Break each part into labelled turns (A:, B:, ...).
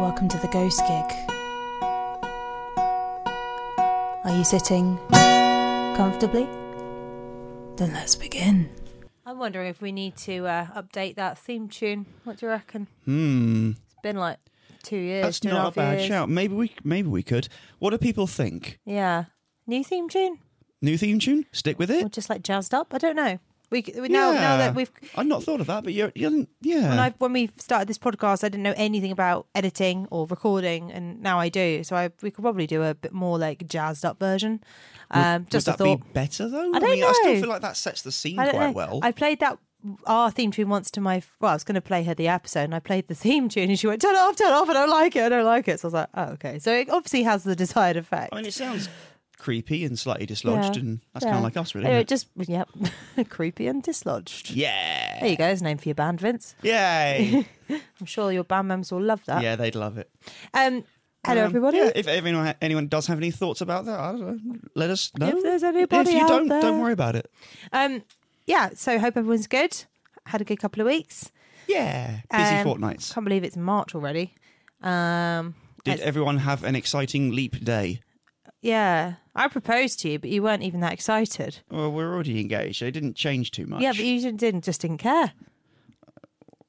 A: welcome to the ghost gig. Are you sitting comfortably? Then let's begin.
B: I'm wondering if we need to uh, update that theme tune. What do you reckon?
C: Hmm.
B: It's been like two years.
C: That's
B: two and
C: not a
B: half
C: bad
B: years.
C: shout. Maybe we maybe we could. What do people think?
B: Yeah, new theme tune
C: New theme tune? Stick with
B: or
C: it.
B: just like jazzed up. I don't know. We, c- we now now
C: Yeah.
B: that we've
C: I'd not thought of that, but you're, you're yeah.
B: when I when we started this podcast, I didn't know anything about editing or recording, and now I do. So I we could probably do a bit more like jazzed up version. Um, just
C: Would
B: a
C: that
B: thought.
C: be better though?
B: don't
C: mean, I still
B: know.
C: feel like that sets the scene
B: I
C: quite
B: don't know.
C: well.
B: I played that our theme tune once to my well, I was going to play her the episode, and I played the theme tune, and she went, "Turn it off, turn it off." I don't like it. I don't like it. So I was like, "Oh, okay." So it obviously has the desired effect.
C: I mean, it sounds creepy and slightly dislodged,
B: Yeah.
C: and that's
B: Yeah.
C: kind of like us, really.
B: Anyway,
C: isn't it?
B: just yep, creepy and dislodged. There
C: Yeah.
B: you go. There's a name for your band, Vince.
C: Yay.
B: I'm sure your band members will love that.
C: yeah, they'd love it.
B: Um, Uh, hello
C: Um,
B: everybody.
C: yeah, if anyone anyone does have any thoughts about that, I don't know, let us know.
B: If there's anybody
C: if you
B: out
C: don't,
B: there.
C: don't worry about it.
B: Um, yeah. So hope everyone's good. Had a good couple of weeks.
C: Yeah, busy
B: Um,
C: fortnights.
B: Can't believe it's March already. Um,
C: Did
B: it's-
C: everyone have an exciting leap day?
B: yeah. I proposed to you, but you weren't even that excited.
C: Well, we're already engaged. so It didn't change too much.
B: Yeah, but you didn't, didn't just didn't care.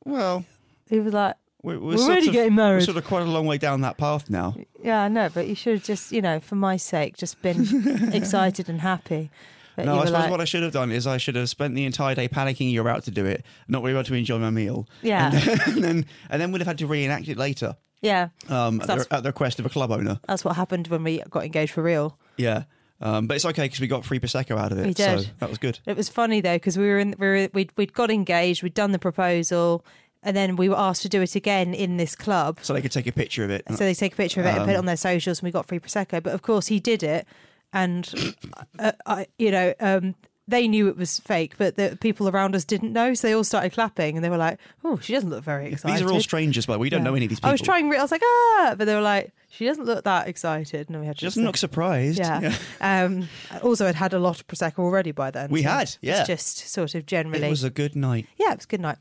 C: well,
B: He was like,
C: we're, we're,
B: "We're
C: sort
B: already
C: of,
B: getting
C: We're
B: married."
C: sort of quite a long way down that path now.
B: Yeah, I know, but you should have just, you know, for my sake, just been excited and happy. But
C: No,
B: you
C: I
B: were
C: suppose
B: like,
C: what I should have done is I should have spent the entire day panicking you're about to do it, not really able to enjoy my meal.
B: Yeah.
C: And then, and then, and then we'd have had to reenact it later
B: yeah,
C: um, at,
B: That's-
C: the, at the request of a club owner.
B: that's what happened when we got engaged for real.
C: Yeah. Um, but it's okay because we got free Prosecco out of it.
B: We did.
C: So that was good.
B: It was funny though because we were in, we were, we'd we'd got engaged, we'd done the proposal, and then we were asked to do it again in this club.
C: So they could take a picture of it.
B: So they take a picture of it and put it on their socials, and we got free prosecco. But of course, he did it, and uh, I, you know, um, they knew it was fake, but the people around us didn't know, so they all started clapping, and they were like, "Oh, she doesn't look very excited."
C: these are all strangers, by the way. We don't
B: Yeah.
C: know any of these people.
B: I was trying. re- I was like, "Ah," but they were like, "She doesn't look that excited," and we had to
C: She doesn't
B: say-
C: look surprised.
B: Yeah. um, also, I'd had a lot of prosecco already by then.
C: We had, yeah.
B: It's just sort of generally.
C: It was a good night.
B: Yeah, it was a good night.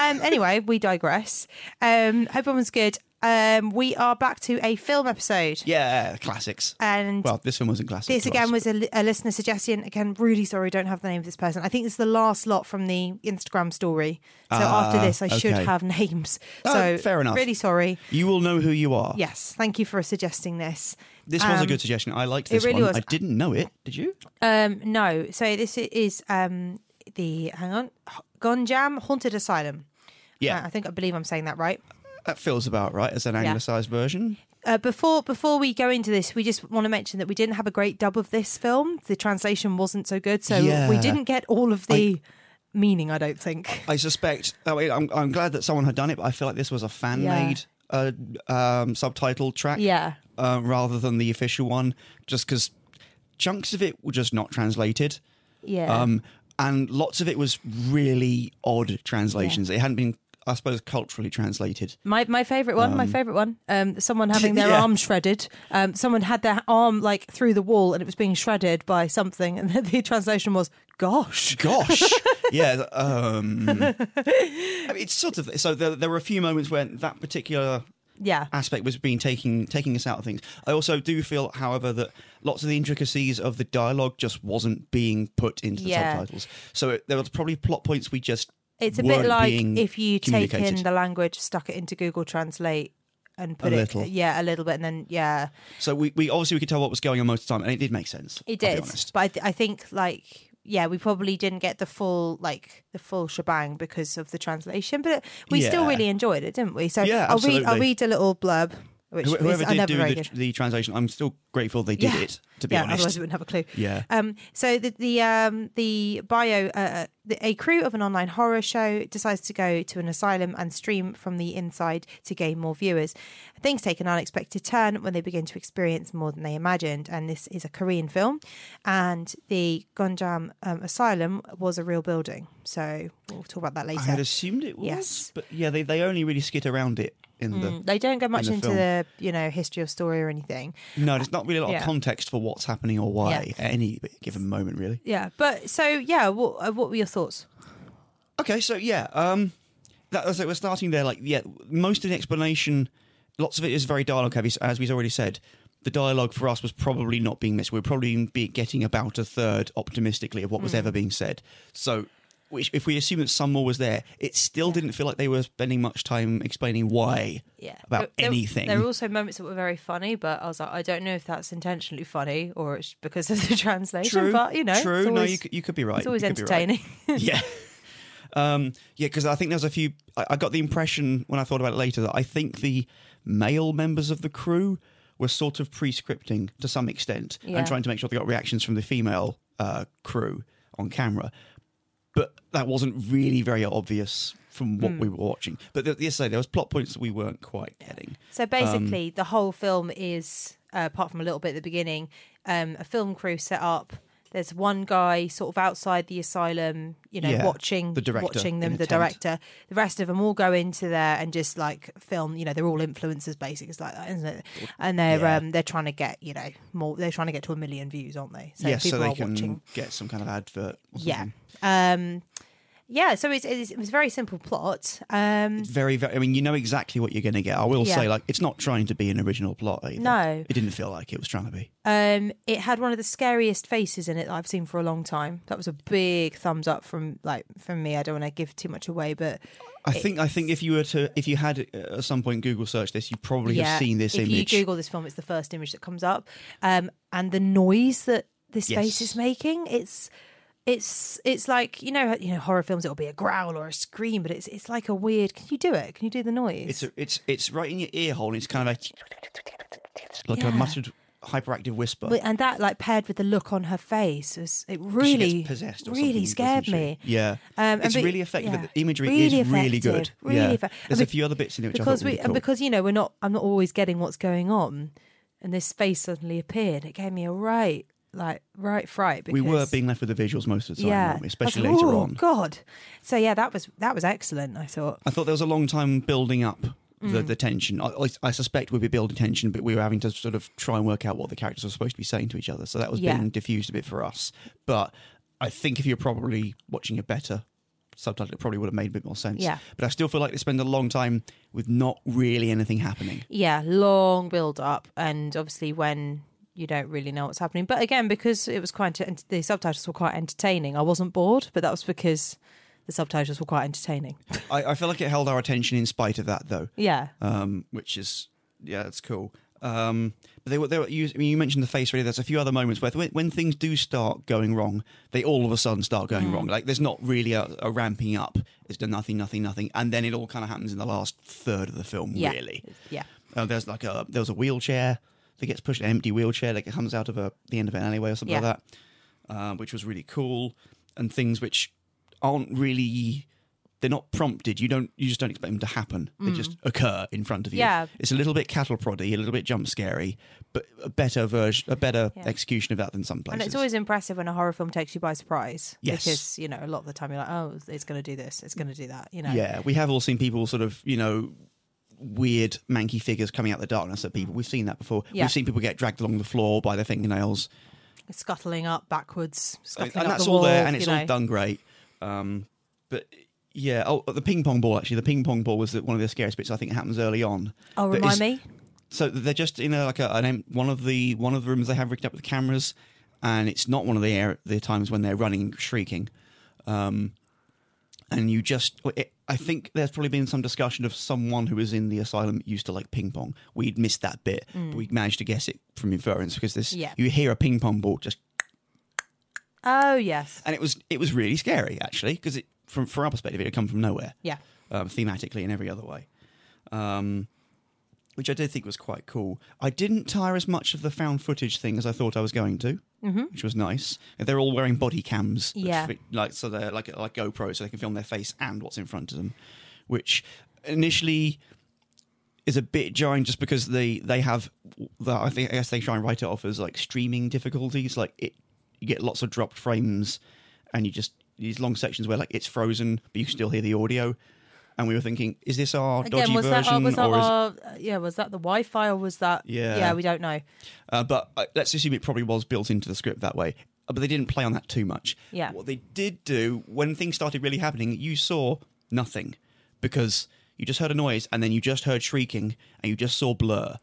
B: um, anyway, we digress. Um, hope everyone's good. Um, we are back to a film episode.
C: Yeah, classics.
B: And
C: Well, this one wasn't classic.
B: this
C: to
B: again
C: us.
B: was a, li- a listener suggestion. Again, really sorry, don't have the name of this person. I think it's the last lot from the Instagram story. So after
C: Ah,
B: this, I should
C: okay.
B: have names.
C: Oh,
B: so
C: fair enough.
B: Really sorry.
C: You will know who you are.
B: Yes, thank you for suggesting this.
C: This was a
B: Um,
C: good suggestion. I liked this
B: really
C: one.
B: was.
C: I didn't know it. Did you?
B: Um, no, so this i- is um the hang on, H- Gonjam Haunted Asylum.
C: Yeah.
B: Uh, I think I believe I'm saying that right.
C: That feels about right as an anglicised version.
B: Uh, before before we go into this, we just want to mention that we didn't have a great dub of this film. The translation wasn't so good, so we
C: Yeah.
B: didn't get all of the meaning. I don't think.
C: I suspect. I mean, I'm, I'm glad that someone had done it, but I feel like this was a fan made uh, um, subtitle track.
B: Yeah.
C: Uh, rather than the official one, just because chunks of it were just not translated.
B: Yeah.
C: Um, and lots of it was really odd translations. It hadn't been, I suppose, culturally translated.
B: My my favorite one, my favorite one. Um, someone having their
C: Yeah.
B: arm shredded. Um, someone had their arm like through the wall, and it was being shredded by something. And the translation was, "Gosh,
C: Gosh, yeah. th- Um, I mean, it's sort of so. There, there were a few moments where that particular
B: yeah,
C: aspect was being taking taking us out of things. I also do feel, however, that lots of the intricacies of the dialogue just wasn't being put into the
B: Yeah.
C: subtitles. So it, there were probably plot points we just
B: It's a
C: weren't
B: bit like
C: being
B: if you take in
C: communicated.
B: the language, stuck it into Google Translate, and put
C: A
B: it
C: little.
B: yeah a little bit, and then yeah,
C: So we, we obviously we could tell what was going on most of the time, and it did make sense.
B: it
C: I'll be
B: did.
C: honest.
B: But I, th- I think like yeah, we probably didn't get the full like the full shebang because of the translation, but it, we still
C: Yeah.
B: really enjoyed it, didn't we? So
C: Yeah,
B: I'll read I'll
C: absolutely.
B: read a little blurb, which
C: Who-
B: is
C: Whoever
B: I
C: did
B: never
C: do
B: very
C: the,
B: good.
C: the translation, I'm still grateful they did
B: Yeah.
C: it. To be
B: yeah,
C: honest,
B: otherwise we wouldn't have a clue.
C: Yeah.
B: Um, so the the um, the bio uh, the, a crew of an online horror show decides to go to an asylum and stream from the inside to gain more viewers. Things take an unexpected turn when they begin to experience more than they imagined, and this is a Korean film. And the Gonjam um, Asylum was a real building, so we'll talk about that
C: I
B: later.
C: had assumed it was.
B: Yes.
C: But yeah, they, they only really skit around it in the.
B: Mm, They don't go much
C: the
B: into
C: film.
B: the you know history or story or anything.
C: No, there's not really a lot
B: Mm. Yeah.
C: of context for what's happening or why
B: Yeah.
C: at any given moment, really.
B: Yeah, but so yeah, what uh, what were your thoughts?
C: Okay, so yeah, um, that as it was starting there, like yeah, most of the explanation lots of it is very dialogue heavy, so as we've already said. The dialogue for us was probably not being missed. We are probably be getting about a third optimistically of what was
B: Mm.
C: ever being said. So, which, if we assume that some more was there, it still didn't feel like they were spending much time explaining why
B: yeah
C: about
B: There- there-
C: anything.
B: there were also moments that were very funny but i was like i don't know if that's intentionally funny or it's because of the translation
C: true,
B: but you know
C: true.
B: it's always,
C: no, you, c- you could be right.
B: it's always
C: You could be right.
B: entertaining
C: yeah. Um, yeah, because I think there's a few. I, I got the impression when I thought about it later that I think the male members of the crew were sort of pre-scripting to some extent
B: Yeah.
C: and trying to make sure they got reactions from the female uh, crew on camera. But that wasn't really very obvious from
B: Hmm.
C: what we were watching. But th- yes, I- there was plot points that we weren't quite getting.
B: So basically, the whole film is, uh, apart from a little bit at the beginning, um, a film crew set up. There's one guy sort of outside the asylum, you know,
C: Yeah,
B: watching
C: the director
B: watching
C: in
B: them,
C: a
B: the
C: tent.
B: director. The rest of them all go into there and just like film. You know, they're all influencers, basically. It's like that, isn't it? And they're
C: Yeah.
B: um, they're trying to get you know more. They're trying to get to a million views, aren't they? So
C: yes,
B: people
C: so they
B: are
C: can Mhm.
B: watching.
C: get some kind of advert. Or something.
B: Yeah. Um, yeah. So it's, it's it was a very simple plot. Um,
C: very very i mean you know exactly what you're going to get i will
B: Yeah.
C: say like it's not trying to be an original plot either
B: No.
C: it didn't feel like it was trying to be
B: Um, it had one of the scariest faces in it that I've seen for a long time. That was a big thumbs up from like from me. I don't want to give too much away, but
C: i think i think if you were to if you had uh, at some point google search this you probably
B: yeah,
C: have seen this
B: if
C: image
B: you Google this film, it's the first image that comes up. Um, and the noise that this
C: Yes.
B: face is making, it's it's it's like you know you know horror films. It'll be a growl or a scream, but it's it's like a weird. Can you do it? Can you do the noise?
C: it's a, it's it's right in your ear hole and it's kind of a, like
B: Yeah.
C: a muttered hyperactive whisper
B: But- and that like paired with the look on her face was it
C: She
B: really
C: gets possessed or something,
B: really
C: doesn't
B: scared
C: she?
B: me.
C: yeah
B: Um, and
C: it's
B: but-
C: really effective
B: yeah.
C: the imagery
B: Really
C: is really good
B: effective, really
C: yeah
B: effect-
C: there's
B: I
C: a
B: mean,
C: few other bits in it which
B: because
C: i thought were
B: we
C: really cool.
B: and because you know we're not i'm not always getting what's going on and this face suddenly appeared it gave me a right like right fright because
C: we were being left with the visuals most of the time
B: yeah
C: weren't
B: I
C: we?
B: was
C: especially
B: like,
C: later
B: "Ooh,
C: on
B: god so yeah that was that was excellent i thought
C: I thought there was a long time building up the,
B: Mm.
C: the tension. I, I, I suspect we'd be building tension, but we were having to sort of try and work out what the characters were supposed to be saying to each other. So that was
B: Yeah.
C: being diffused a bit for us. But I think if you're probably watching it better subtitle, it probably would have made a bit more sense.
B: Yeah.
C: But I still feel like they spend a long time with not really anything happening.
B: yeah long build up and obviously when you don't really know what's happening but again because it was quite ent- the subtitles were quite entertaining i wasn't bored but that was because the subtitles were quite entertaining
C: I, I feel like it held our attention in spite of that, though.
B: yeah
C: um, which is yeah, that's cool. Um, but they were they were you, I mean, you mentioned the face really. There's a few other moments where when, when things do start going wrong, they all of a sudden start going wrong. Like there's not really a, a ramping up. It's done nothing, nothing, nothing, and then it all kind of happens in the last third of the film.
B: yeah
C: Really,
B: yeah
C: uh, there's like a there was a wheelchair that gets pushed, an empty wheelchair that comes out of a the end of an alleyway or something like that, uh, which was really cool, and things which aren't really they're not prompted. You don't you just don't expect them to happen. They just occur in front of you.
B: Mm. Yeah.
C: it's a little bit cattle proddy, a little bit jump scary, but a better version, a better
B: Yeah.
C: execution of that than some places.
B: And it's always impressive when a horror film takes you by surprise.
C: Yes.
B: Because, you know, a lot of the time you're like, oh, it's going to do this, it's going to do that, you know.
C: Yeah, we have all seen people sort of, you know, weird manky figures coming out of the darkness at people. We've seen that before.
B: Mm. Yeah.
C: We've seen people get dragged along the floor by their fingernails.
B: Scuttling up backwards,
C: and
B: scuttling up
C: that's
B: the
C: all
B: wall,
C: there, and it's
B: you know.
C: all done great. Um, but yeah, oh, the ping pong ball actually. The ping pong ball was the- one of the scariest bits. I think it happens early on.
B: Oh,
C: That
B: remind
C: is-
B: me?
C: So they're just in a, like a, an, em- one of the one of the rooms they have rigged up with cameras, and it's not one of the air, the times when they're running shrieking. Um, and you just, it, I think there's probably been some discussion of someone who was in the asylum that used to like ping pong. We'd missed that bit, but we managed to guess it from inference because this,
B: Mm. Yeah.
C: you hear a ping pong ball just
B: Oh, yes.
C: and it was it was really scary actually because it from from our perspective it had come from nowhere
B: Yeah.
C: um, thematically in every other way um which I did think was quite cool. I didn't tire as much of the found footage thing as I thought I was going to, which was nice. They're all wearing body cams, that
B: Yeah.
C: fit- like so they're like like GoPro, so they can film their face and what's in front of them, which initially is a bit jarring just because they they have the, I think I guess they try and write it off as like streaming difficulties like it you get lots of dropped frames and you just these long sections where like it's frozen but you can still hear the audio and we were thinking is this our
B: Again,
C: dodgy
B: was that,
C: version
B: oh, was that
C: or is
B: our, yeah, was that the Wi Fi or was that,
C: Yeah.
B: yeah, we don't know.
C: uh, but uh, let's assume it probably was built into the script that way. Uh, But they didn't play on that too much.
B: Yeah.
C: What they did do when things started really happening, you saw nothing because You just heard a noise, and then you just heard shrieking, and you just saw blur.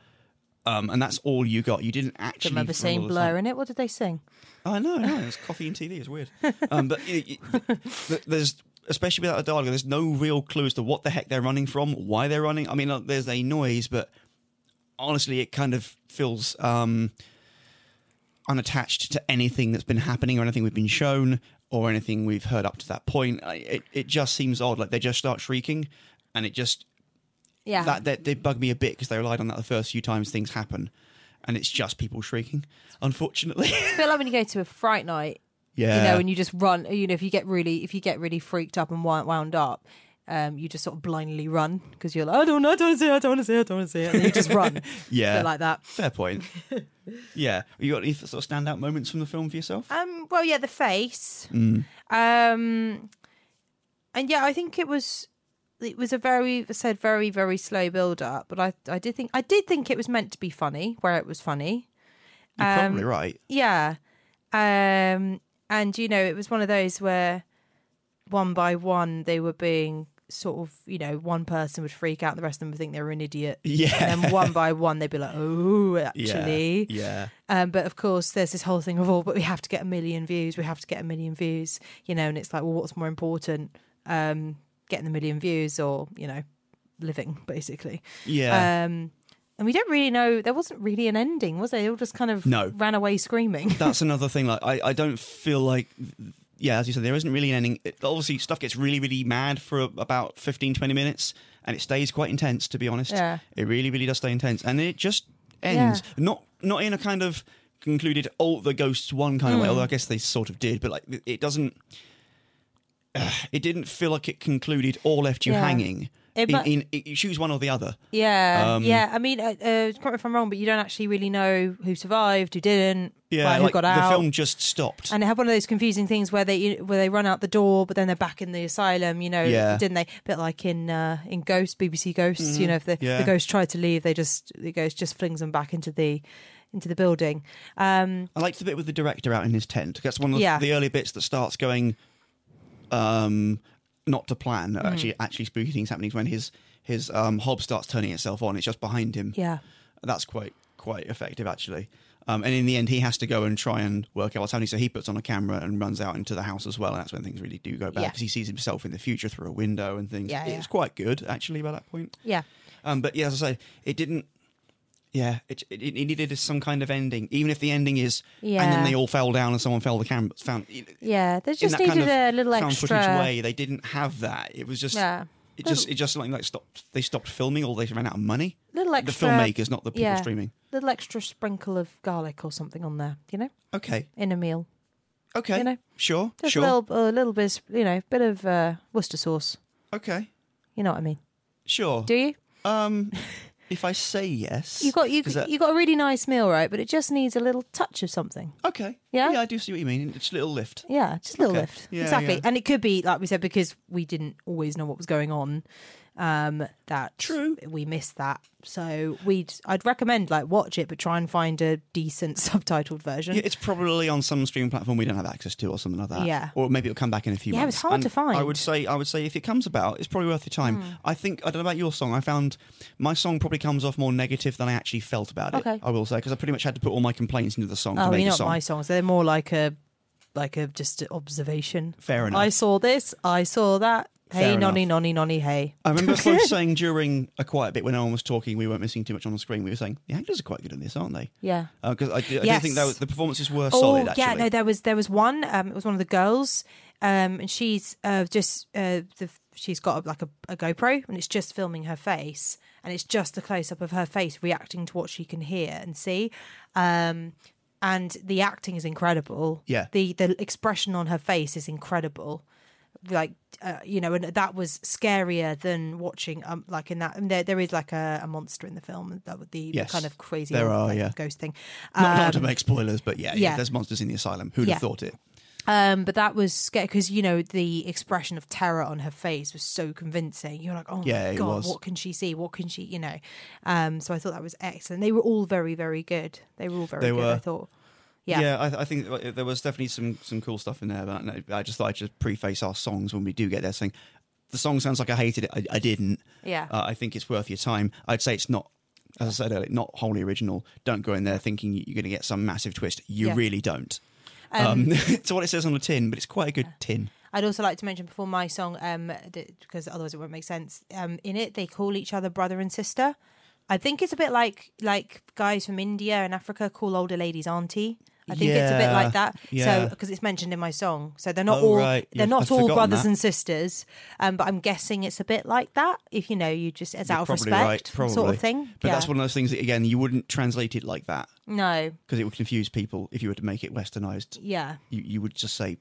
C: Um, and that's all you got. You didn't actually
B: Remember saying
C: feel the
B: Blur in it? What did they sing?
C: I know, I know. It's coffee and TV. It's weird. Um, but y y- th- there's, especially without a dialogue, there's no real clue as to what the heck they're running from, why they're running. I mean, uh, there's a noise, but honestly, it kind of feels um, unattached to anything that's been happening or anything we've been shown or anything we've heard up to that point. I, it, it just seems odd. Like they just start shrieking and it just
B: Yeah.
C: that, that did bug me a bit because they relied on that the first few times things happen. And it's just people shrieking, unfortunately.
B: It's a bit like when you go to a fright night,
C: yeah.
B: you know, and you just run. You know, if you get really, if you get really freaked up and wi- wound up, um, you just sort of blindly run because you're like, I don't, know, I don't want to see, it, I don't want to see, it, I don't want to see, it. and then you just run.
C: Yeah.
B: Bit like that.
C: Fair point. yeah. You got any sort of standout moments from the film for yourself?
B: Um, well, yeah, the face.
C: Mm.
B: Um, and yeah, I think it was it was a very I said very very slow build up, but I I did think I did think it was meant to be funny where it was funny.
C: You're
B: um,
C: probably right.
B: Yeah. Um and you know, it was one of those where one by one they were being sort of, you know, one person would freak out, the rest of them would think they were an idiot.
C: Yeah.
B: And then one by one they'd be like, Oh, actually.
C: Yeah.
B: Um, but of course there's this whole thing of all but we have to get a million views, we have to get a million views, you know, and it's like, well, what's more important? Um, getting the million views or, you know, living, basically.
C: Yeah.
B: Um, and we don't really know. There wasn't really an ending, was there? They all just kind of
C: No.
B: ran away screaming.
C: That's another thing. Like, I, I don't feel like. Yeah, as you said, there isn't really an ending. It, obviously, stuff gets really, really mad for about 15, 20 minutes, and it stays quite intense, to be honest.
B: Yeah.
C: It really, really does stay intense. And it just ends. Not not in a kind of concluded, oh, the ghosts won kind of
B: Hmm.
C: way, although I guess they sort of did, but like it- it doesn't. it didn't feel like it concluded or left you
B: Yeah.
C: hanging.
B: It
C: in,
B: mu-
C: in, you choose one or the other.
B: Yeah,
C: Um,
B: yeah. I mean, uh, uh, correct me if I'm wrong, but you don't actually really know who survived, who didn't,
C: Yeah,
B: like, who
C: like,
B: got
C: the
B: out.
C: film just stopped.
B: and they have one of those confusing things where they where they run out the door, but then they're back in the asylum. You know,
C: Yeah. Mm-hmm.
B: didn't they? bit like in uh, in Ghost, BBC Ghosts. You know, if the,
C: yeah.
B: the ghost tried to leave, they just the ghost just flings them back into the into the building. Um,
C: I liked the bit with the director out in his tent. That's one of
B: Yeah.
C: the early bits that starts going, um, not to plan.
B: Mm.
C: Actually, actually spooky things happening when his his um, hob starts turning itself on. It's just behind him.
B: yeah,
C: that's quite quite effective actually. Um, and in the end, he has to go and try and work out what's happening. So he puts on a camera and runs out into the house as well. And that's when things really do go bad
B: Yeah.
C: because he sees himself in the future through a window and things.
B: Yeah,
C: it's
B: yeah.
C: quite good actually by that point.
B: yeah.
C: Um, but yeah, as I say, it didn't. Yeah, it, it, it needed some kind of ending, even if the ending is, and
B: Yeah.
C: then they all fell down and someone fell the camera. Found
B: Yeah, they
C: in
B: just
C: that
B: needed
C: kind of
B: a little
C: found
B: extra.
C: footage way. They didn't have that. It was just
B: Yeah.
C: it just it just like, like stopped. They stopped filming, or they ran out of money.
B: Little
C: The
B: extra-
C: filmmakers, not the people
B: yeah.
C: streaming.
B: little extra sprinkle of garlic or something on there, you know,
C: Okay,
B: in a meal.
C: okay,
B: You know,
C: sure,
B: Just
C: sure,
B: a little, a little bit, you know, bit of uh, Worcester sauce.
C: okay,
B: You know what I mean?
C: sure.
B: Do you?
C: um, if I say yes,
B: You got you,
C: 'cause that-
B: you got a really nice meal, right? But it just needs a little touch of something.
C: okay,
B: Yeah?
C: yeah, I do see what you mean. It's a little lift.
B: Yeah, just a little
C: Okay.
B: lift.
C: Yeah,
B: exactly.
C: yeah.
B: And it could be, like we said, because we didn't always know what was going on. Um, that
C: True.
B: we missed that. So we'd, I'd recommend like watch it, but try and find a decent subtitled version.
C: Yeah, it's probably on some streaming platform we don't have access to, or something like that.
B: Yeah.
C: or maybe it'll come back in a few.
B: Yeah, it was
C: months.
B: hard to find. Hmm.
C: I would say, I would say, if it comes about, it's probably worth your time. I think I don't know about your song. I found my song probably comes off more negative than I actually felt about it.
B: Okay.
C: I will say because I pretty much had to put all my complaints into the song to
B: Oh,
C: make
B: you're
C: a
B: not
C: song.
B: my songs. They're more like a, like a just an observation.
C: Fair enough.
B: I saw this. I saw that. Hey,
C: Fair
B: nonny, nonny, nonny, hey.
C: I remember Flo saying during a quiet bit when no one was talking, we weren't missing too much on the screen. We were saying the actors are quite good in this, aren't they?
B: Yeah.
C: Because I, do, I do
B: Yes. Oh,
C: think that the performances were solid. Actually.
B: yeah, no, there was there was one. Um, it was one of the girls, um, and she's uh, just uh, the, she's got like a, a GoPro, and it's just filming her face, and it's just a close up of her face reacting to what she can hear and see. Um, and the acting is incredible.
C: Yeah.
B: the the expression on her face is incredible. Like uh, you know, and that was scarier than watching. Um, like in that, and there there is like a, a monster in the film that would the, the
C: Yes.
B: kind of crazy
C: There are,
B: like,
C: yeah.
B: ghost thing.
C: not, not to make spoilers, but yeah, yeah,
B: um, yeah.
C: there's monsters in the asylum. Who'd
B: Yeah.
C: have thought it?
B: Um, but that was scary because you know the expression of terror on her face was so convincing. You're like, oh my
C: Yeah, it
B: god,
C: was.
B: what can she see? What can she, you know? Um, so I thought that was excellent. They were all very, very good. They were all very
C: They
B: good. I
C: were.
B: thought, yeah,
C: yeah I, I think uh, there was definitely some some cool stuff in there. But I just thought I'd just preface our songs when we do get there, saying
D: the song sounds like I hated it. I, I didn't.
B: Yeah.
D: Uh, I think it's worth your time. I'd say it's not, as I said earlier, not wholly original. Don't go in there thinking you're going to get some massive twist. You
B: Yeah.
D: really don't. Um, it's what it says on the tin, but it's quite a good tin.
B: I'd also like to mention before my song, um, th- because otherwise it won't make sense. Um, in it, they call each other brother and sister. I think it's a bit like like guys from India and Africa call older ladies auntie. I think it's a bit
D: Yeah,
B: like that.
D: yeah.
B: So because it's mentioned in my song, so they're not
D: Oh,
B: all
D: right. Yeah,
B: they're not
D: I'd
B: all
D: forgotten
B: brothers
D: that.
B: and sisters. Um, but I'm guessing it's a bit like that. If you know, you just it's
D: You're
B: out of
D: probably
B: respect,
D: right, probably.
B: sort of thing.
D: But
B: yeah.
D: that's one of those things that, again, you wouldn't translate it like that
B: No,
D: because it would confuse people if you were to make it westernized.
B: yeah.
D: You, you would just say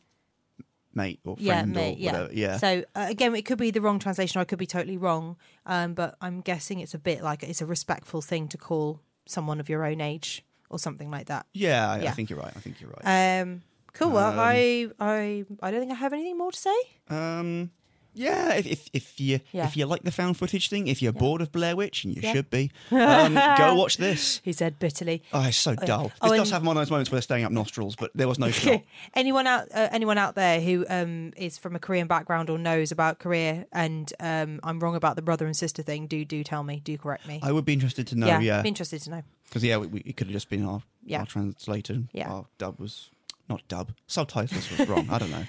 D: mate or friend
B: yeah,
D: or
B: mate, yeah.
D: whatever. Yeah.
B: So uh, again, it could be the wrong translation, or I could be totally wrong. Um, but I'm guessing it's a bit like it's a respectful thing to call someone of your own age or something like that.
D: yeah, I, I
B: Yeah.
D: think you're right. I think you're right.
B: Um, cool. well, I, I, I don't think I have anything more to say.
D: Um, yeah, if if, if you
B: Uh, Yeah.
D: if you like the found footage thing, if you're bored of Blair Witch, and you should be, um, go watch this.
B: He said bitterly.
D: Oh, it's so dull. This
B: Oh,
D: does
B: and-
D: have one of those moments where they're staying up nostrils, but there was no shot.
B: anyone out uh, anyone out there who um, is from a Korean background or knows about Korea and um, I'm wrong about the brother and sister thing, do do tell me, do correct me.
D: I would be interested to know,
B: I'd
D: yeah,
B: be interested to know.
D: because yeah, we, we, it could have just been our
B: Yeah.
D: our translator.
B: Yeah.
D: our dub was not dub. Subtitles was wrong. I don't know.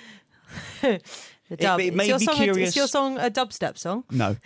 B: The dub.
D: it
B: It's
D: made
B: your
D: me
B: song a-
D: curious-
B: It's your song a dubstep song.
D: No,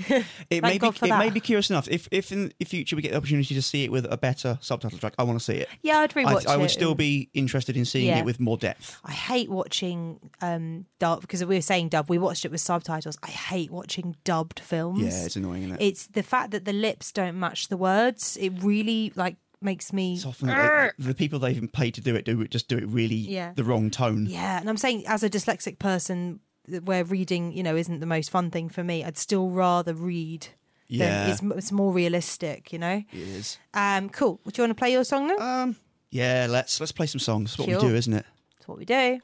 D: it may
B: God
D: be
B: for
D: it
B: that.
D: may be curious enough. If if in the future we get the opportunity to see it with a better subtitle track, I want to see it.
B: Yeah, I'd
D: I,
B: rewatch
D: I
B: it.
D: would still be interested in seeing
B: Yeah.
D: it with more depth.
B: I hate watching um dub because we were saying dub. We watched it with subtitles. I hate watching dubbed films.
D: Yeah, it's annoying, isn't it?
B: It's the fact that the lips don't match the words. It really like makes me.
D: It's often it, the people they've been paid to do it do it just do it really
B: Yeah.
D: the wrong tone.
B: Yeah, and I'm saying as a dyslexic person, th- where reading you know isn't the most fun thing for me. I'd still rather read. than-
D: Yeah.
B: it's, m- it's more realistic, you know.
D: It is.
B: Um, cool. Do you want to play your song then?
D: Um, yeah, let's let's play some songs. That's what
B: Sure.
D: we do, isn't it?
B: That's what we do.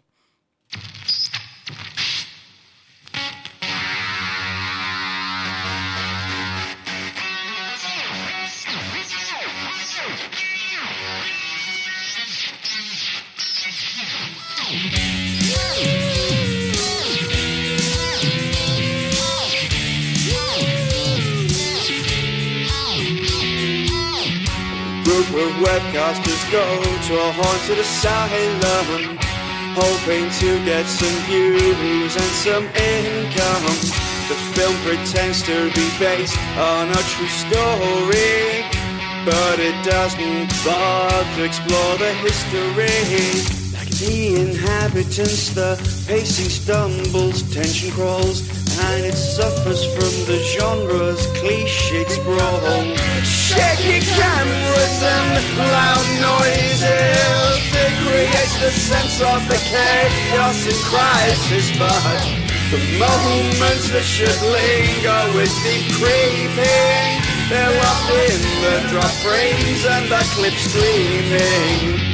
C: Group of webcasters go to a haunted asylum, hoping to get some views and some income. The film pretends to be based on a true story, but it doesn't bother to explore the history. Like the inhabitants, the pacing stumbles, tension crawls, and it suffers from the genre's cliched sprawl. Shaky cameras and loud noises, it creates the sense of the chaos and crisis, but the moments that should linger with deep creeping, they're lost in the drop frames and the clips gleaming.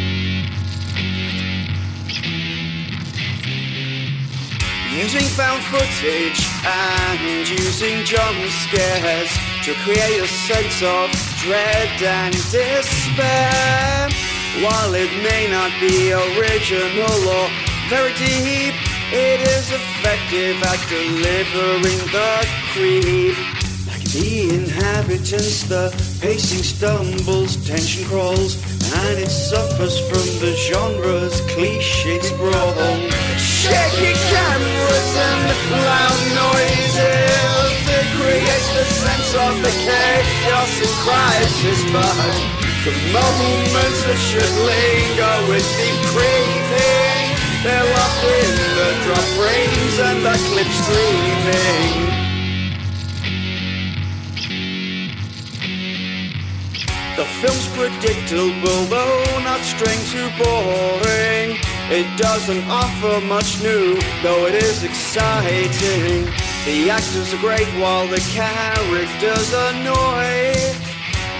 C: Using found footage and using jump scares to create a sense of dread and despair. While it may not be original or very deep, it is effective at delivering the creep. Like the inhabitants, the pacing stumbles, tension crawls, and it suffers from the genre's cliched sprawl. Shaky cameras and loud noises, it creates the sense of the chaos and crisis, but the moments that should linger with deep craving, they're lost in the drop frames and the clips streaming. The film's predictable, though not string too boring. It doesn't offer much new, though it is exciting. The actors are great while the characters annoy.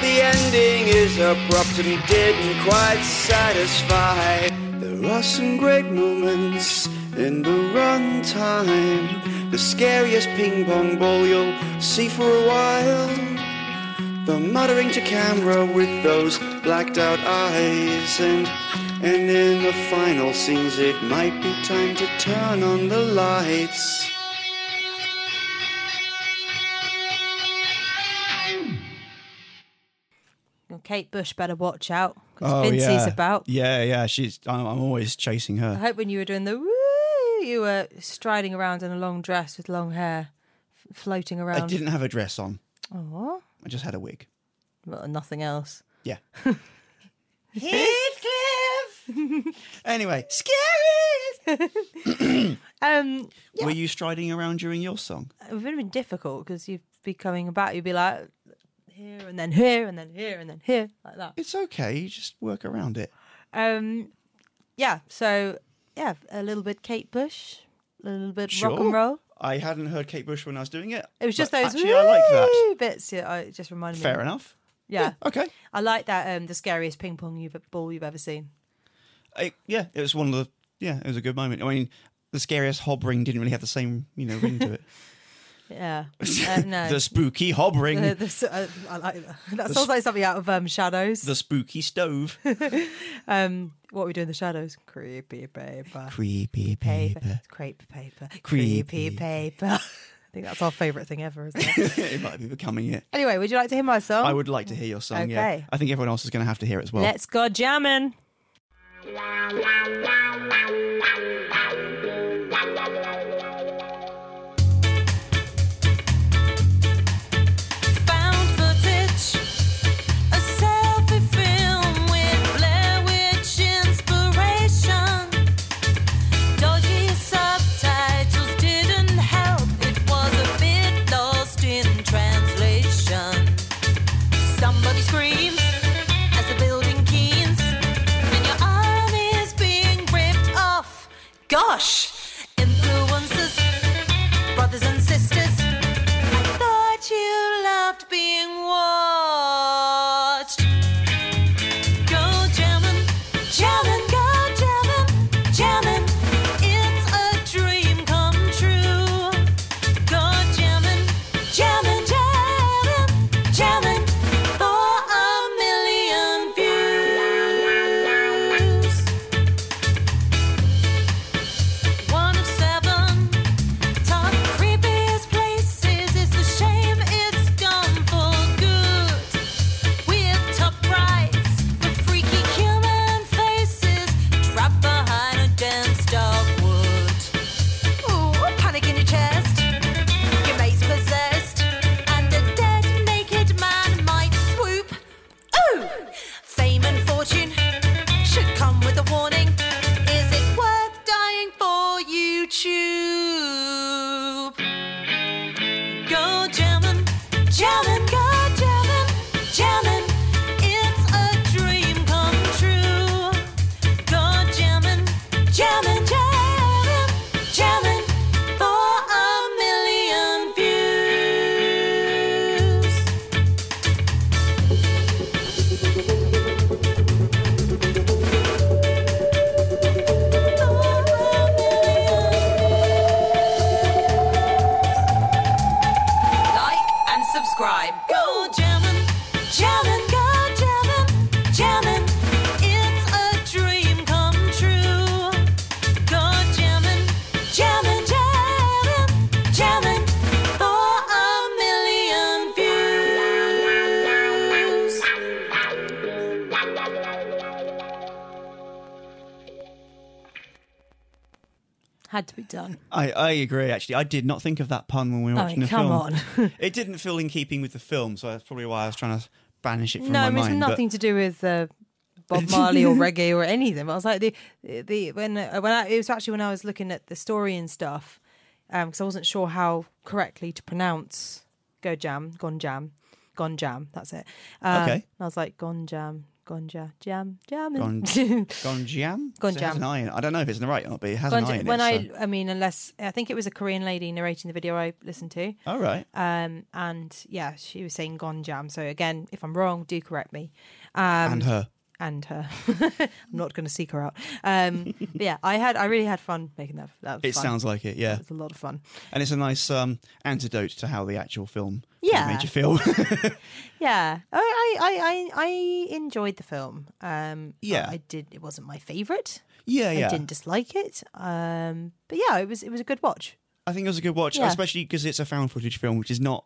C: The ending is abrupt and didn't quite satisfy. There are some great moments in the runtime. The scariest ping pong ball you'll see for a while. The muttering to camera with those blacked out eyes and and in the final scenes it might be time to turn on the lights.
B: And Kate Bush better watch out because
C: Oh,
B: Vincey's
C: yeah.
B: about.
C: Yeah, yeah. She's. I'm, I'm always chasing
B: I
C: her.
B: hope when you were doing the woo, you were striding around in a long dress with long hair, f- floating
C: I
B: around.
C: didn't have a dress on.
B: Oh,
C: I just had a wig.
B: well, nothing else.
C: Yeah. Heathcliff. anyway, scary.
B: Um,
C: Were you striding around during your song?
B: it would have been difficult because you'd be coming back. You'd be like here and then here and then here and then here like that.
C: It's okay. You just work around it.
B: Um, yeah. So yeah, a little bit Kate Bush, a little bit rock
C: Sure.
B: and roll.
C: I hadn't heard Kate Bush when I was doing it.
B: It was just
C: but
B: those
C: Actually, I like that.
B: wee bits. Yeah, I- it just reminded me.
C: Fair enough.
B: Yeah.
C: Okay.
B: I like that. Um, the scariest ping pong you've ball you've ever seen.
C: I, yeah, it was one of the. Yeah, it was a good moment. I mean, the scariest hob ring didn't really have the same, you know, ring to it.
B: Yeah. Uh, no.
C: the spooky hob ring.
B: The- the s- uh, I like that. That sounds like something out of um, Shadows.
C: the spooky stove.
B: um, what we do in the Shadows? Creepy paper.
C: Creepy
B: Paper.
C: paper.
B: It's crepe paper.
C: Creepy.
B: Creepy paper. I think that's our favourite thing ever, isn't it?
C: it might be becoming it.
B: anyway, would you like to hear my song?
C: I would like to hear your song. Yeah,
B: Okay.
C: I think everyone else is going to have to hear it as well.
B: Let's go jamming.
E: Found footage, a selfie film with Blair Witch inspiration. Dodgy subtitles didn't help. It was a bit lost in translation. Somebody screams as the building keens, and your arm is being ripped off. Gosh, influences, brothers and sisters. I thought you loved being watched. Go jamming, jamming, go jamming, jamming. It's a dream come true. Go jamming, jamming, jamming, jamming for a million views. One of seven. Top creepiest places. It's a shame it's gone for good. With top rights for freaky human faces trapped behind a dense dark wood. Ooh, a panic in your chest. Your mate's possessed, and a dead naked man might swoop. Ooh, fame and fortune should come with a warning. Is it worth dying for YouTube? Go jamming, jamming, go jamming, jamming. It's a dream come true. Go jamming, jamming, jamming, jamming for a million views. like and subscribe. Go jamming, jamming, go jamming, jamming. It's a dream come true. Go jamming, jamming, jamming, jamming for a million views.
B: Had to be done.
C: I, I agree. Actually, I did not think of that pun when we were
B: Oh,
C: watching the
B: come
C: film.
B: on.
C: it didn't feel in keeping with the film, so that's probably why I was trying to banish it from
B: no,
C: my
B: I mean, it's
C: mind. but-
B: nothing to do with uh, Bob Marley or reggae or anything. But I was like the the when uh, when I, it was actually when I was looking at the story and stuff because I wasn't sure how correctly to pronounce go jam gone jam gone jam. That's it. Um,
C: Okay.
B: And I was like gone jam gone jam jam jam.
C: Gone- Gonjiam?
B: Gonjiam.
C: So it has an I in it. I don't know if it's in the right or not, but it has an I in
B: when
C: it.
B: I
C: so-
B: I mean unless I think it was a Korean lady narrating the video I listened to.
C: All right.
B: Um, and yeah, she was saying gone jam. So again, if I'm wrong, do correct me.
C: and
B: um,
C: her.
B: and her. I'm not going to seek her out. Um, but yeah, I had, I really had fun making that. That was
C: It
B: fun.
C: sounds like it, yeah.
B: It was a lot of fun.
C: And it's a nice um, antidote to how the actual film
B: Yeah.
C: made you feel.
B: Yeah, I, I, I, I I enjoyed the film. Um,
C: Yeah.
B: I did. It wasn't my favorite.
C: yeah, yeah.
B: I didn't dislike it. Um, but yeah, it was, it was a good watch.
C: I think it was a good watch,
B: Yeah.
C: especially because it's a found footage film, which is not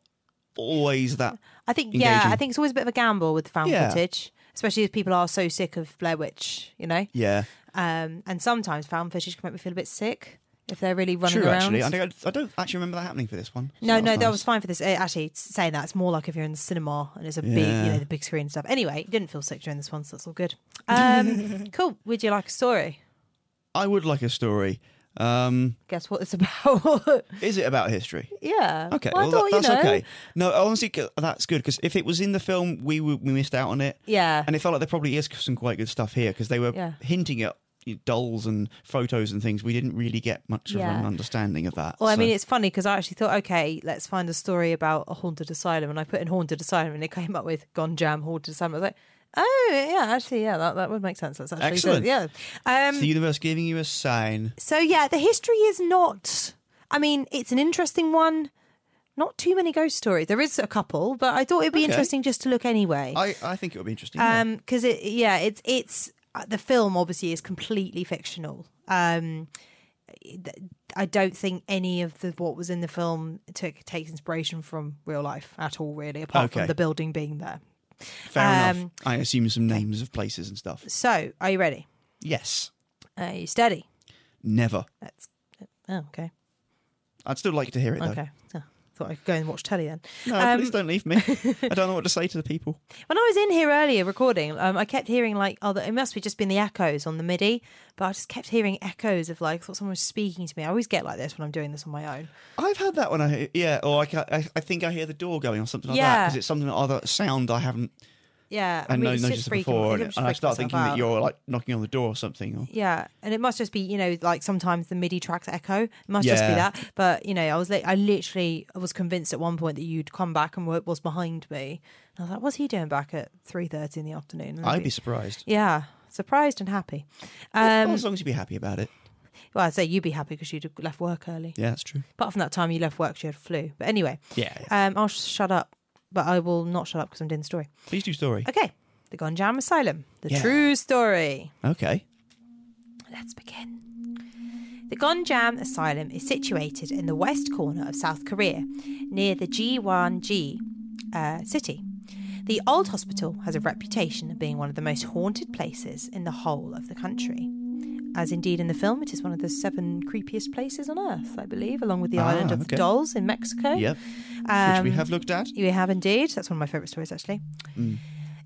C: always that.
B: I think yeah, I
C: Engaging.
B: think it's always a bit of a gamble with found
C: Yeah.
B: footage, especially if people are so sick of Blair Witch, you know.
C: Yeah,
B: Um, and sometimes found footage can make me feel a bit sick if they're really running
C: true.
B: around.
C: Actually, I, think I, I don't actually remember that happening for this one. so
B: No, no, that
C: nice.
B: was fine for this. Uh, Actually, it's saying that it's more like if you're in the cinema and it's a big, you
C: Yeah.
B: know, the big screen stuff. Anyway, didn't feel sick during this one, so that's all good. Um, cool. Would you like a story?
C: I would like a story. Um,
B: Guess what it's about?
C: is it about history?
B: yeah.
C: Okay,
B: Well, I
C: well,
B: thought,
C: that, that's
B: you know,
C: okay. No, honestly, c- that's good because if it was in the film, we w- we missed out on it.
B: Yeah.
C: and it felt like there probably is some quite good stuff here because they were
B: Yeah.
C: hinting at you know, dolls and photos and things. We didn't really get much of
B: Yeah.
C: an understanding of that.
B: Well, I
C: so-
B: mean, it's funny because I actually thought, okay, let's find a story about a haunted asylum, and I put in haunted asylum, and it came up with Gonjam haunted asylum. I was like, oh yeah, actually, yeah, that, that would make sense. That's actually
C: Excellent.
B: yeah. Um,
C: It's the universe giving you a sign.
B: So yeah, the history is not. I mean, it's an interesting one. Not too many ghost stories. There is a couple, but I thought it'd be
C: Okay.
B: interesting just to look anyway.
C: I, I think it would be interesting. yeah.
B: Um, because it yeah, it's it's uh, the film obviously is completely fictional. Um, th- I don't think any of the what was in the film took takes inspiration from real life at all, really, apart
C: Okay.
B: from the building being there.
C: Fair enough.
B: um,
C: I assume some names of places and stuff.
B: So, are you ready?
C: Yes,
B: Are you steady?
C: never.
B: That's oh, okay,
C: I'd still like to hear it though.
B: okay. Oh, thought I could go and watch telly then.
C: No,
B: Um,
C: please don't leave me. I don't know what to say to the people.
B: When I was in here earlier recording, um, I kept hearing like, oh, it must be just been the echoes on the MIDI, but I just kept hearing echoes of like, I thought someone was speaking to me. I always get like this when I'm doing this on my own.
C: I've had that when I hear, yeah, or I, ca I I think I hear the door going or something like that
B: Yeah.
C: because it's something other sound I haven't
B: Yeah,
C: I
B: mean,
C: know
B: it's
C: noticed
B: just
C: it
B: freaking-
C: before,
B: it
C: and,
B: just
C: and I
B: freaks
C: start thinking
B: myself
C: that
B: out.
C: you're like knocking on the door or something. Or,
B: Yeah, and it must just be you know like sometimes the MIDI tracks echo. It must just be
C: Yeah.
B: that. But you know, I was like, I literally I was convinced at one point that you'd come back and wa- was behind me. And I was like, what's he doing back at three thirty in the afternoon? And
C: I'd
B: I'd
C: be surprised.
B: yeah, surprised and happy.
C: Well,
B: Um,
C: as long as you'd be happy about it.
B: well, I'd say you'd be happy because you'd have left work early.
C: Yeah, that's true.
B: Apart from that time you left work, she had flu. But anyway,
C: Yeah,
B: um, I'll sh- shut up. But I will not shut up because I'm doing the story.
C: Please do story.
B: Okay, the Gonjam Asylum, the
C: Yeah.
B: true story.
C: Okay.
B: Let's begin. The Gonjam Asylum is situated in the west corner of South Korea, near the Gyeonggi uh, city. The old hospital has a reputation of being one of the most haunted places in the whole of the country. As indeed in the film, it is one of the seven creepiest places on earth, I believe, along with the
C: Ah,
B: island of
C: okay.
B: dolls in Mexico.
C: Yep. Which we have Mm. looked at.
B: Um, You have indeed. That's one of my favourite stories, actually.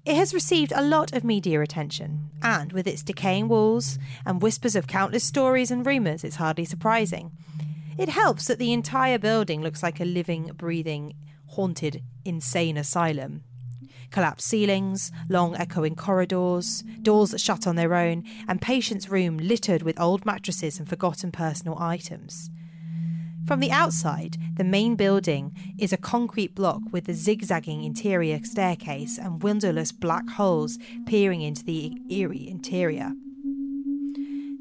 B: It has received a lot of media attention, and with its decaying walls and whispers of countless stories and rumours, it's hardly surprising. It helps that the entire building looks like a living, breathing, haunted, insane asylum. Collapsed ceilings, long echoing corridors, doors that shut on their own, and patients' room littered with old mattresses and forgotten personal items. From the outside, the main building is a concrete block with a zigzagging interior staircase and windowless black holes peering into the eerie interior.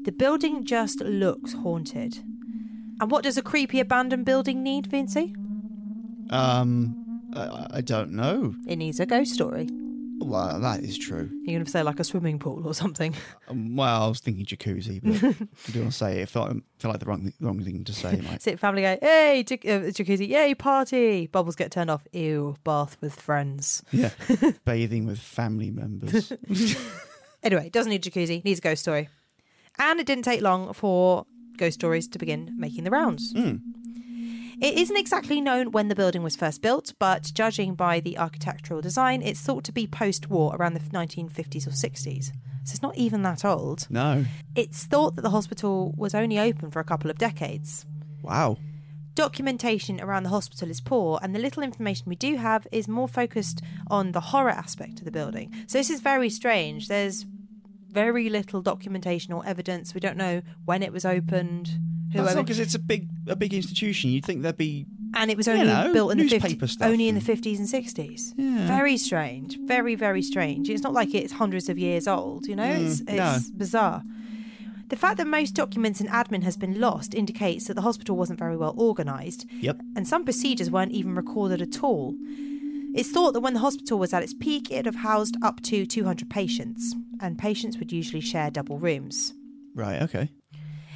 B: The building just looks haunted. And what does a creepy abandoned building need, Vincy?
C: Um, I, I don't know.
B: It needs a ghost story.
C: Well, that is true.
B: You're going to say like a swimming pool or something.
C: Um, well, I was thinking jacuzzi, but I do want to say it felt, um, felt like the wrong, wrong thing to say. Like,
B: Sit family go, hey, jac- uh, jacuzzi, yay, party. Bubbles get turned off. Ew, bath with friends.
C: yeah, bathing with family members.
B: Anyway, doesn't need a jacuzzi, needs a ghost story. And it didn't take long for ghost stories to begin making the rounds. It isn't exactly known when the building was first built, but judging by the architectural design, it's thought to be post war around the 1950s or 60s. So it's not even that old.
C: No.
B: It's thought that the hospital was only open for a couple of decades.
C: Wow.
B: Documentation around the hospital is poor, and the little information we do have is more focused on the horror aspect of the building. So, this is very strange. There's very little documentation or evidence. We don't know when it was opened, who
C: That's
B: opened-
C: not because it's a big, a big institution. You'd think there'd be.
B: and it was only
C: know,
B: built in the 50,
C: newspaper stuff
B: only in the
C: and-
B: 50s and 60s.
C: Yeah.
B: Very strange. Very very strange. It's not like it's hundreds of years old, you know? it's
C: Mm, no.
B: it's bizarre. The fact that most documents and admin has been lost indicates that the hospital wasn't very well organized
C: Yep.
B: and some procedures weren't even recorded at all. It's thought that when the hospital was at its peak, it'd have housed up to 200 patients, and patients would usually share double rooms.
C: Right. Okay.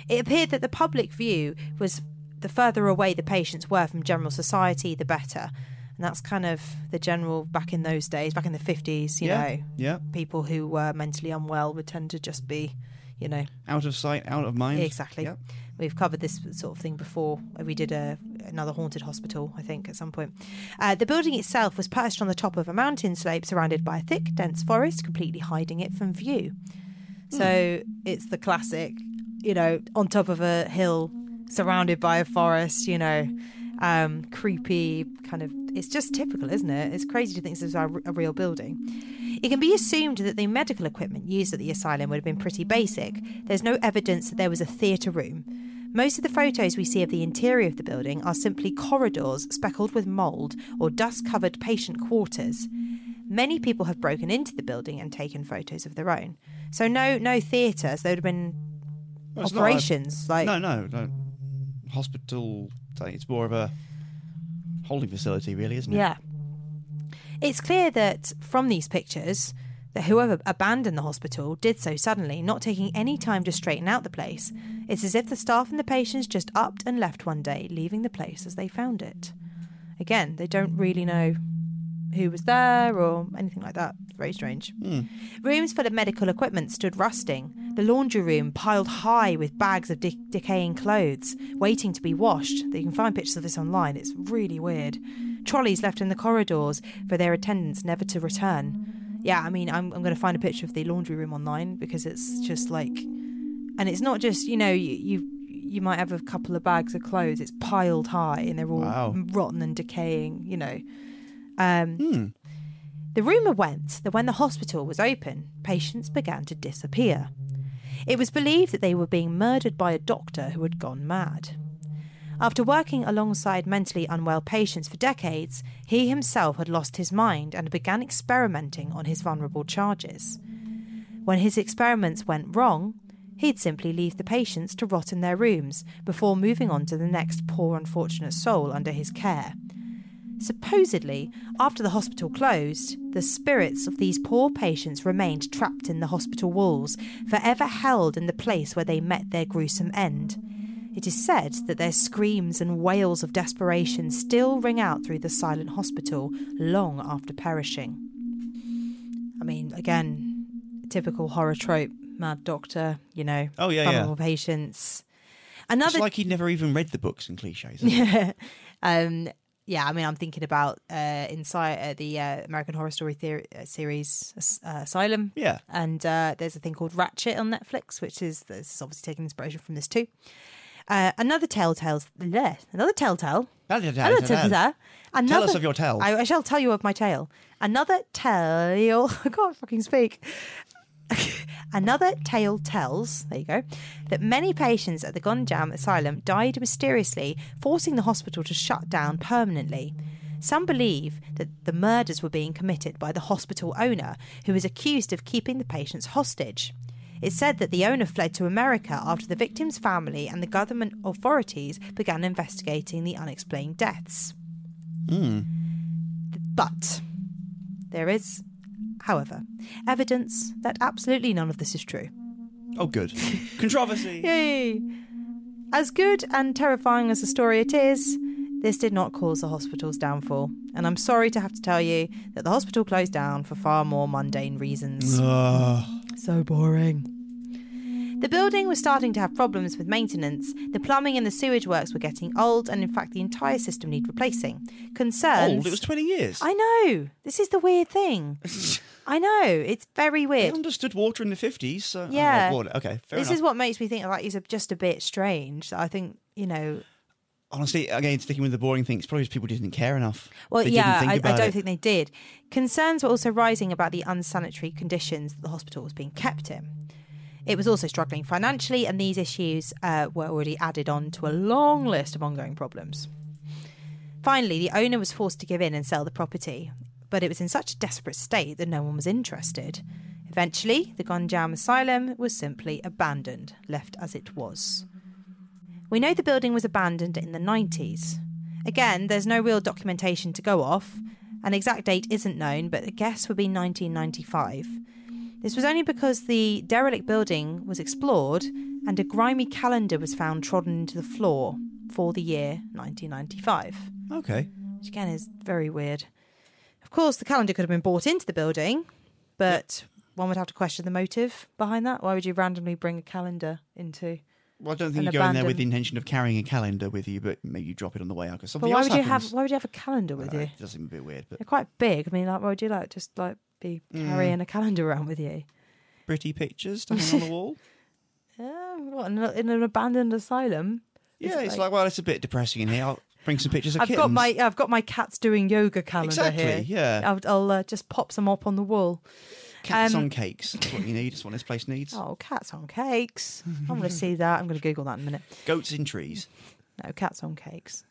B: It appeared that the public view was the further away the patients were from general society, the better. And that's kind of the general back in those days, back in the 50s, you
C: yeah,
B: know,
C: yeah.
B: people who were mentally unwell would tend to just be, you know,
C: Out of sight, out of mind.
B: Exactly.
C: Yeah.
B: We've covered this sort of thing before. We did a, another haunted hospital, I think, at some point. Uh, the building itself was perched on the top of a mountain slope surrounded by a thick, dense forest, completely hiding it from view. So it's the classic, you know, on top of a hill, surrounded by a forest, you know, um, creepy kind of. It's just typical, isn't it? It's crazy to think this is a, a real building. It can be assumed that the medical equipment used at the asylum would have been pretty basic. There's no evidence that there was a theatre room. Most of the photos we see of the interior of the building are simply corridors speckled with mould or dust covered patient quarters. Many people have broken into the building and taken photos of their own. So no no theatres. There would have been
C: Well, it's not a-
B: operations like
C: No, no, no. Hospital. It's more of a holding facility, really, isn't it?
B: Yeah. It's clear that from these pictures, that whoever abandoned the hospital did so suddenly, not taking any time to straighten out the place. It's as if the staff and the patients just upped and left one day, leaving the place as they found it. Again, they don't really know who was there or anything like that. It's very strange. Rooms full of medical equipment stood rusting, the laundry room piled high with bags of de- decaying clothes, waiting to be washed. You can find pictures of this online, it's really weird. Trolleys left in the corridors for their attendants never to return. Yeah, I mean, I'm, I'm going to find a picture of the laundry room online because it's just like. And it's not just, you know, you. you you might have a couple of bags of clothes. It's piled high, and they're all
C: Wow.
B: rotten and decaying. You know, um,
C: Hmm.
B: The rumour went that when the hospital was open, patients began to disappear. It was believed that they were being murdered by a doctor who had gone mad. After working alongside mentally unwell patients for decades, he himself had lost his mind and began experimenting on his vulnerable charges. When his experiments went wrong, he'd simply leave the patients to rot in their rooms before moving on to the next poor unfortunate soul under his care. Supposedly, after the hospital closed, the spirits of these poor patients remained trapped in the hospital walls, forever held in the place where they met their gruesome end. It is said that their screams and wails of desperation still ring out through the silent hospital long after perishing. I mean, again, typical horror trope mad doctor, you know,
C: Oh, yeah, yeah.
B: vulnerable patients.
C: It's
B: Another
C: like he'd never even read the books and cliches.
B: um yeah i mean i'm thinking about uh inside uh, the uh, american horror story theory, uh, series As- uh, asylum
C: Yeah.
B: and uh there's a thing called ratchet on netflix which is this is obviously taking inspiration from this too uh another telltale's there another telltale another telltale another
C: us of your tale.
B: I, I shall tell you of my tale another tale i can't fucking speak Another tale tells, there you go, that many patients at the Gonjam Asylum died mysteriously, forcing the hospital to shut down permanently. Some believe that the murders were being committed by the hospital owner, who is accused of keeping the patients hostage. It's said that the owner fled to America after the victim's family and the government authorities began investigating the unexplained deaths.
C: Hmm.
B: But there is, however, evidence that absolutely none of this is true.
C: Oh, good. Controversy.
B: Yay! As good and terrifying as the story it is, this did not cause the hospital's downfall. And I'm sorry to have to tell you that the hospital closed down for far more mundane reasons.
C: Ugh.
B: So boring. The building was starting to have problems with maintenance. The plumbing and the sewage works were getting old, and in fact, the entire system need replacing. Concerns.
C: Old. It was 20 years.
B: I know. This is the weird thing. I know. It's very
C: They
B: weird.
C: understood water in the 50s, so. oh,
B: Yeah.
C: water. Okay, fair
B: this
C: enough.
B: is what makes me think like he's a- just a bit strange. I think you know.
C: Honestly, again, sticking with the boring thing, it's probably just people didn't care enough.
B: Well,
C: They didn't
B: yeah,
C: think
B: I, I
C: about
B: don't
C: it.
B: think they did. Concerns were also rising about the unsanitary conditions that the hospital was being kept in. It was also struggling financially, and these issues uh, were already added on to a long list of ongoing problems. Finally, the owner was forced to give in and sell the property, but it was in such a desperate state that no one was interested. Eventually, the Gonjam Asylum was simply abandoned, left as it was. We know the building was abandoned in the 90s. Again, there's no real documentation to go off. An exact date isn't known, but the guess would be 1995. This was only because the derelict building was explored and a grimy calendar was found trodden into the floor for the year 1995.
C: Okay.
B: which again is very weird. Of course, the calendar could have been brought into the building, but one would have to question the motive behind that. Why would you randomly bring a calendar into?
C: Well, I don't think
B: And
C: you go in there with
B: abandon-
C: the intention of carrying a calendar with you, but maybe you drop it on the way out because
B: But
C: something
B: why
C: else
B: would you
C: happens.
B: have? Why would you have a calendar with
C: Uh,
B: you?
C: It does seem a bit weird, but
B: They're quite big. I mean, like, why would you like just like be
C: Mm.
B: carrying a calendar around with you?
C: pretty pictures to hang on the wall.
B: Yeah, what in, a- in an abandoned asylum?
C: Yeah, it's like, well, it's a bit depressing in here. I'll bring some pictures of
B: I've got
C: kittens.
B: my I've got my cats doing yoga calendar here.
C: Exactly, yeah.
B: I'll, I'll uh, just pop some up on the wall.
C: cats
B: um,
C: on cakes. That's what you need. That's what this place needs.
B: Oh, cats on cakes! I'm going to see that. I'm going to Google that in a minute.
C: Goats in trees.
B: No, cats on cakes.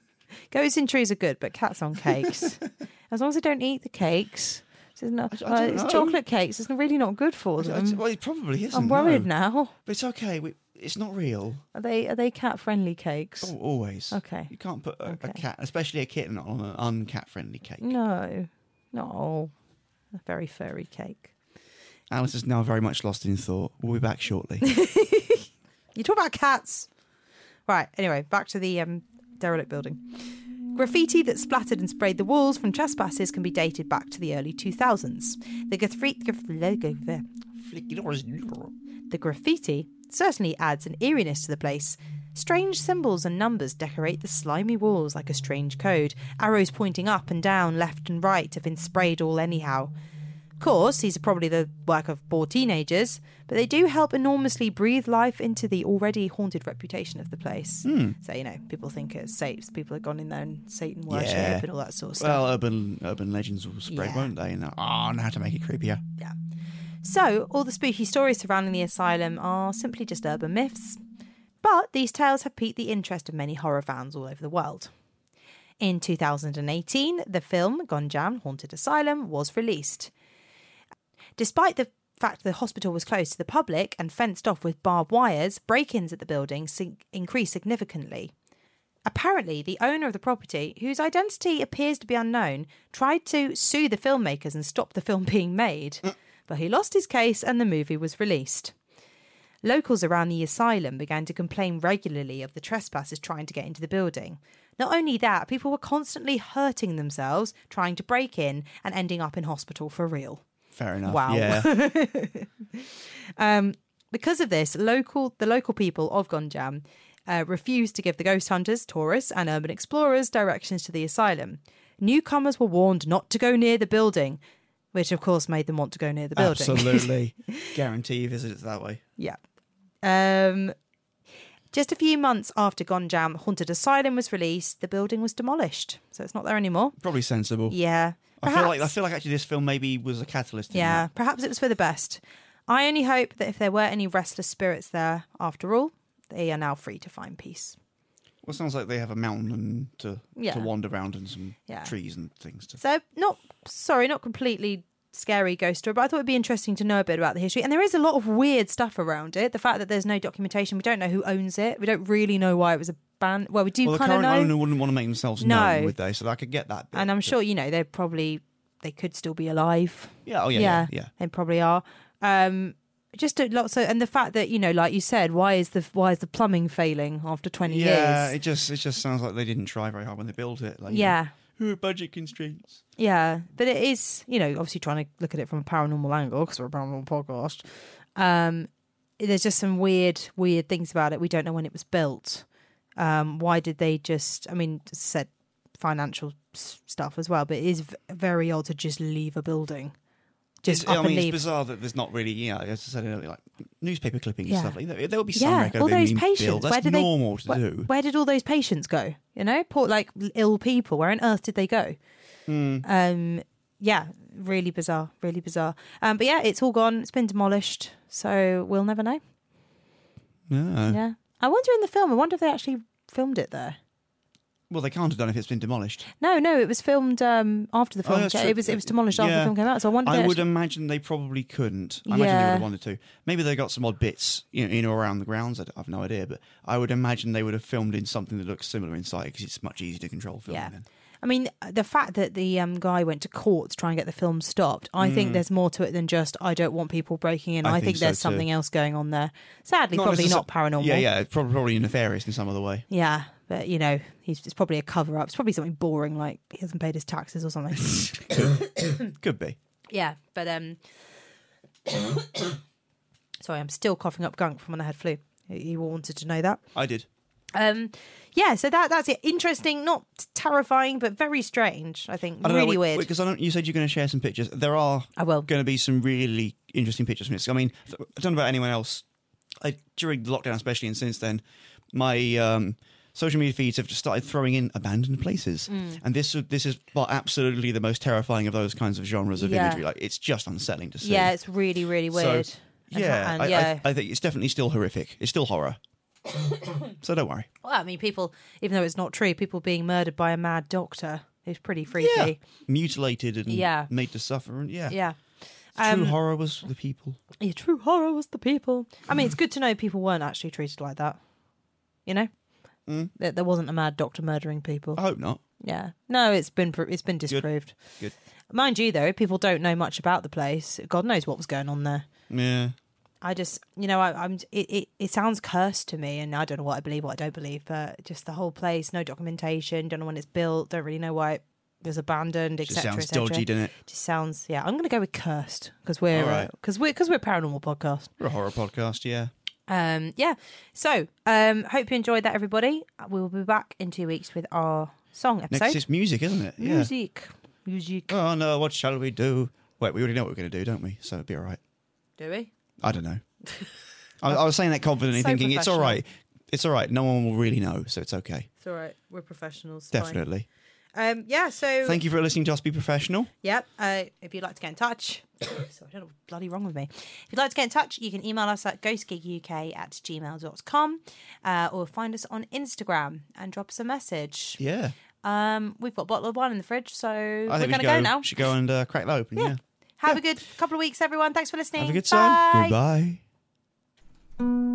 B: Goats in trees are good, but cats on cakes. as long as they don't eat the cakes, so it's, not,
C: I don't
B: uh, it's
C: know.
B: chocolate cakes. It's really not good for
C: I- I-
B: them.
C: well, it probably isn't.
B: I'm worried
C: no.
B: now.
C: But it's okay. We, it's not real.
B: Are they are they cat friendly cakes?
C: Oh, always.
B: Okay.
C: You can't put a,
B: Okay.
C: a cat, especially a kitten, on an uncat-friendly cake.
B: No, no, a very furry cake.
C: Alice is now very much lost in thought. We'll be back shortly.
B: You talk about cats. Right, anyway, back to the um, derelict building. Graffiti that splattered and sprayed the walls from trespasses can be dated back to the early 2000s. The, graffiti, the graffiti certainly adds an eeriness to the place. Strange symbols and numbers decorate the slimy walls like a strange code. Arrows pointing up and down, left and right have been sprayed all anyhow. Of course, these are probably the work of bored teenagers, but they do help enormously breathe life into the already haunted reputation of the place.
C: Hmm.
B: So, you know, people think it's safe. People have gone in there and Satan worship
C: Yeah.
B: and all that sort of stuff.
C: well, urban urban legends will spread,
B: Yeah.
C: won't they? And oh, I know how to make it creepier.
B: Yeah. So, all the spooky stories surrounding the asylum are simply just urban myths, but these tales have piqued the interest of many horror fans all over the world. In 2018, the film Gonjam Haunted Asylum was released. Despite the fact the hospital was closed to the public and fenced off with barbed wires, break ins at the building sig- increased significantly. Apparently, the owner of the property, whose identity appears to be unknown, tried to sue the filmmakers and stop the film being made, but he lost his case and the movie was released. Locals around the asylum began to complain regularly of the trespassers trying to get into the building. Not only that, people were constantly hurting themselves trying to break in and ending up in hospital for real.
C: Fair enough.
B: Wow.
C: Yeah.
B: Because of this, local the local people of Gonjam uh, refused to give the ghost hunters, tourists, and urban explorers directions to the asylum. Newcomers were warned not to go near the building, which of course made them want to go near the building.
C: Absolutely. Guarantee you visitors that way.
B: Yeah. Um, just a few months after Gonjam Haunted Asylum was released, the building was demolished, so it's not there anymore.
C: Probably sensible.
B: Yeah.
C: I feel like I
B: Perhaps-
C: feel like actually this film maybe was a catalyst. in
B: yeah,
C: that.
B: perhaps it was for the best. I only hope that if there were any restless spirits there after all, they are now free to find peace.
C: Well, it sounds like they have a mountain to
B: Yeah.
C: to wander around and some
B: Yeah.
C: trees and things to.
B: So, not sorry, not completely scary ghost story, but I thought it'd be interesting to know a bit about the history. And there is a lot of weird stuff around it. The fact that there's no documentation, we don't know who owns it, we don't really know why it was abandoned. Well, we do
C: well, the
B: kind of
C: current
B: know.
C: owner wouldn't want to make themselves
B: No.
C: known, would they? So I could get that. Bit.
B: and I'm sure you know they're probably they could still be alive.
C: yeah. Oh yeah. Yeah. yeah.
B: they probably are. Um, just a lot. So, and the fact that you know, like you said, why is the why is the plumbing failing after 20
C: Yeah,
B: years?
C: it just it just sounds like they didn't try very hard when they built it. Like, you know,
B: yeah,
C: Ooh, budget constraints.
B: yeah. But it is you know obviously trying to look at it from a paranormal angle because we're a paranormal podcast. Um, there's just some weird weird things about it. We don't know when it was built. Um, why did they just? I mean, as I said financial s- stuff as well, but it is v- very odd to just leave a building. Just
C: It's-
B: up
C: I
B: and
C: mean,
B: leave.
C: it's bizarre that there's not really, you know, as I said earlier, like newspaper clippings
B: Yeah.
C: and stuff like that. There will be some
B: yeah,
C: record
B: all
C: of it
B: those
C: being
B: patients.
C: built.
B: where
C: That's
B: did
C: normal
B: they,
C: to
B: where,
C: do.
B: Where did all those patients go? You know, poor like ill people. Where on earth did they go?
C: Hmm.
B: Um, yeah, really bizarre, really bizarre. Um, but yeah, it's all gone. It's been demolished, so we'll never know.
C: No.
B: Yeah, I wonder in the film. I wonder if they actually filmed it there.
C: Well, they can't have done if it's been demolished.
B: No, no, it was filmed um, after the
C: Oh,
B: film.
C: that's
B: yeah,
C: true.
B: it was it was demolished after the
C: Yeah.
B: film came out. So I wonder. if
C: I
B: they
C: would
B: actually-
C: imagine they probably couldn't. I imagine they would
B: Yeah.
C: have wanted to. Maybe they got some odd bits you know, in or around the grounds. I d- I've no idea, but I would imagine they would have filmed in something that looks similar inside because it's much easier to control film.
B: Yeah.
C: Then.
B: I mean, the fact that the um, guy went to court to try and get the film stopped, I think there's more to it than just I don't want people breaking in. I,
C: Hmm. I
B: think,
C: think so
B: there's
C: too.
B: something else going on there. Sadly, probably
C: necessar-
B: not paranormal.
C: Yeah, yeah, it's prob- probably nefarious in some other way.
B: Yeah, but you know, he's it's probably a cover up. It's probably something boring like he hasn't paid his taxes or something.
C: Could be.
B: yeah, but um, sorry, I'm still coughing up gunk from when I had flu. You all wanted to know that.
C: I did.
B: Um, yeah, so that that's it. Interesting, not terrifying, but very strange. I think
C: I don't
B: really
C: know,
B: weird.
C: Because I don't. You said you're going to share some pictures. There are.
B: I will.
C: Going to be some really interesting pictures from this. I mean, I don't know about anyone else. I, during the lockdown, especially, and since then, my um, social media feeds have just started throwing in abandoned places,
B: Hmm.
C: and this this is well, absolutely the most terrifying of those kinds of genres of
B: Yeah.
C: imagery. Like, it's just unsettling to see.
B: yeah, it's really really
C: So,
B: weird. And-
C: yeah,
B: and
C: I,
B: yeah.
C: I, I think it's definitely still horrific. It's still horror. so don't worry.
B: well, I mean, people, even though it's not true, people being murdered by a mad doctor is pretty freaky.
C: Yeah. Mutilated and
B: Yeah.
C: made to suffer. And yeah.
B: yeah. um,
C: True horror was the people.
B: Yeah, true horror was the people. I mean, it's good to know people weren't actually treated like that. You know,
C: Mm.
B: that there wasn't a mad doctor murdering people.
C: I hope not.
B: Yeah, no, it's been pro- it's been disproved.
C: Oh. Good.
B: Mind you, though, if people don't know much about the place, God knows what was going on there.
C: Yeah.
B: I just, you know, I, I'm it, it. It sounds cursed to me, and I don't know what I believe, what I don't believe, but just the whole place, no documentation, don't know when it's built, don't really know why it was abandoned,
C: Just
B: etc.
C: sounds
B: etc.
C: dodgy, doesn't it?
B: Just sounds, yeah. I'm going to go with cursed because we're
C: All right.
B: because we're because we're a paranormal podcast.
C: We're a horror podcast, yeah.
B: um yeah so um hope you enjoyed that everybody we will be back in two weeks with our song
C: Next
B: episode
C: is music, isn't it? Yeah.
B: music music
C: Oh no, what shall we do? Wait, we already know what we're going to do, don't we? So it'd be all right.
B: do we
C: I don't know. I, I was saying that confidently,
B: So
C: thinking it's all
B: professional.
C: right. It's all right. No one will really know, so it's okay.
B: it's all right we're professionals
C: Definitely.
B: um yeah so
C: Thank you for listening to us be professional.
B: Yep. Uh, if you'd like to get in touch, so I don't know what's bloody wrong with me. If you'd like to get in touch, you can email us at ghostgiguk at gmail.com uh, or find us on Instagram and drop us a message.
C: Yeah.
B: Um, we've got a bottle of wine in the fridge, so
C: I
B: we're going
C: think we
B: to
C: should
B: go, now.
C: Should go and uh, crack that open. Yeah.
B: Have a good couple of weeks, everyone. Thanks for listening.
C: Have a good
B: Bye.
C: time. Goodbye.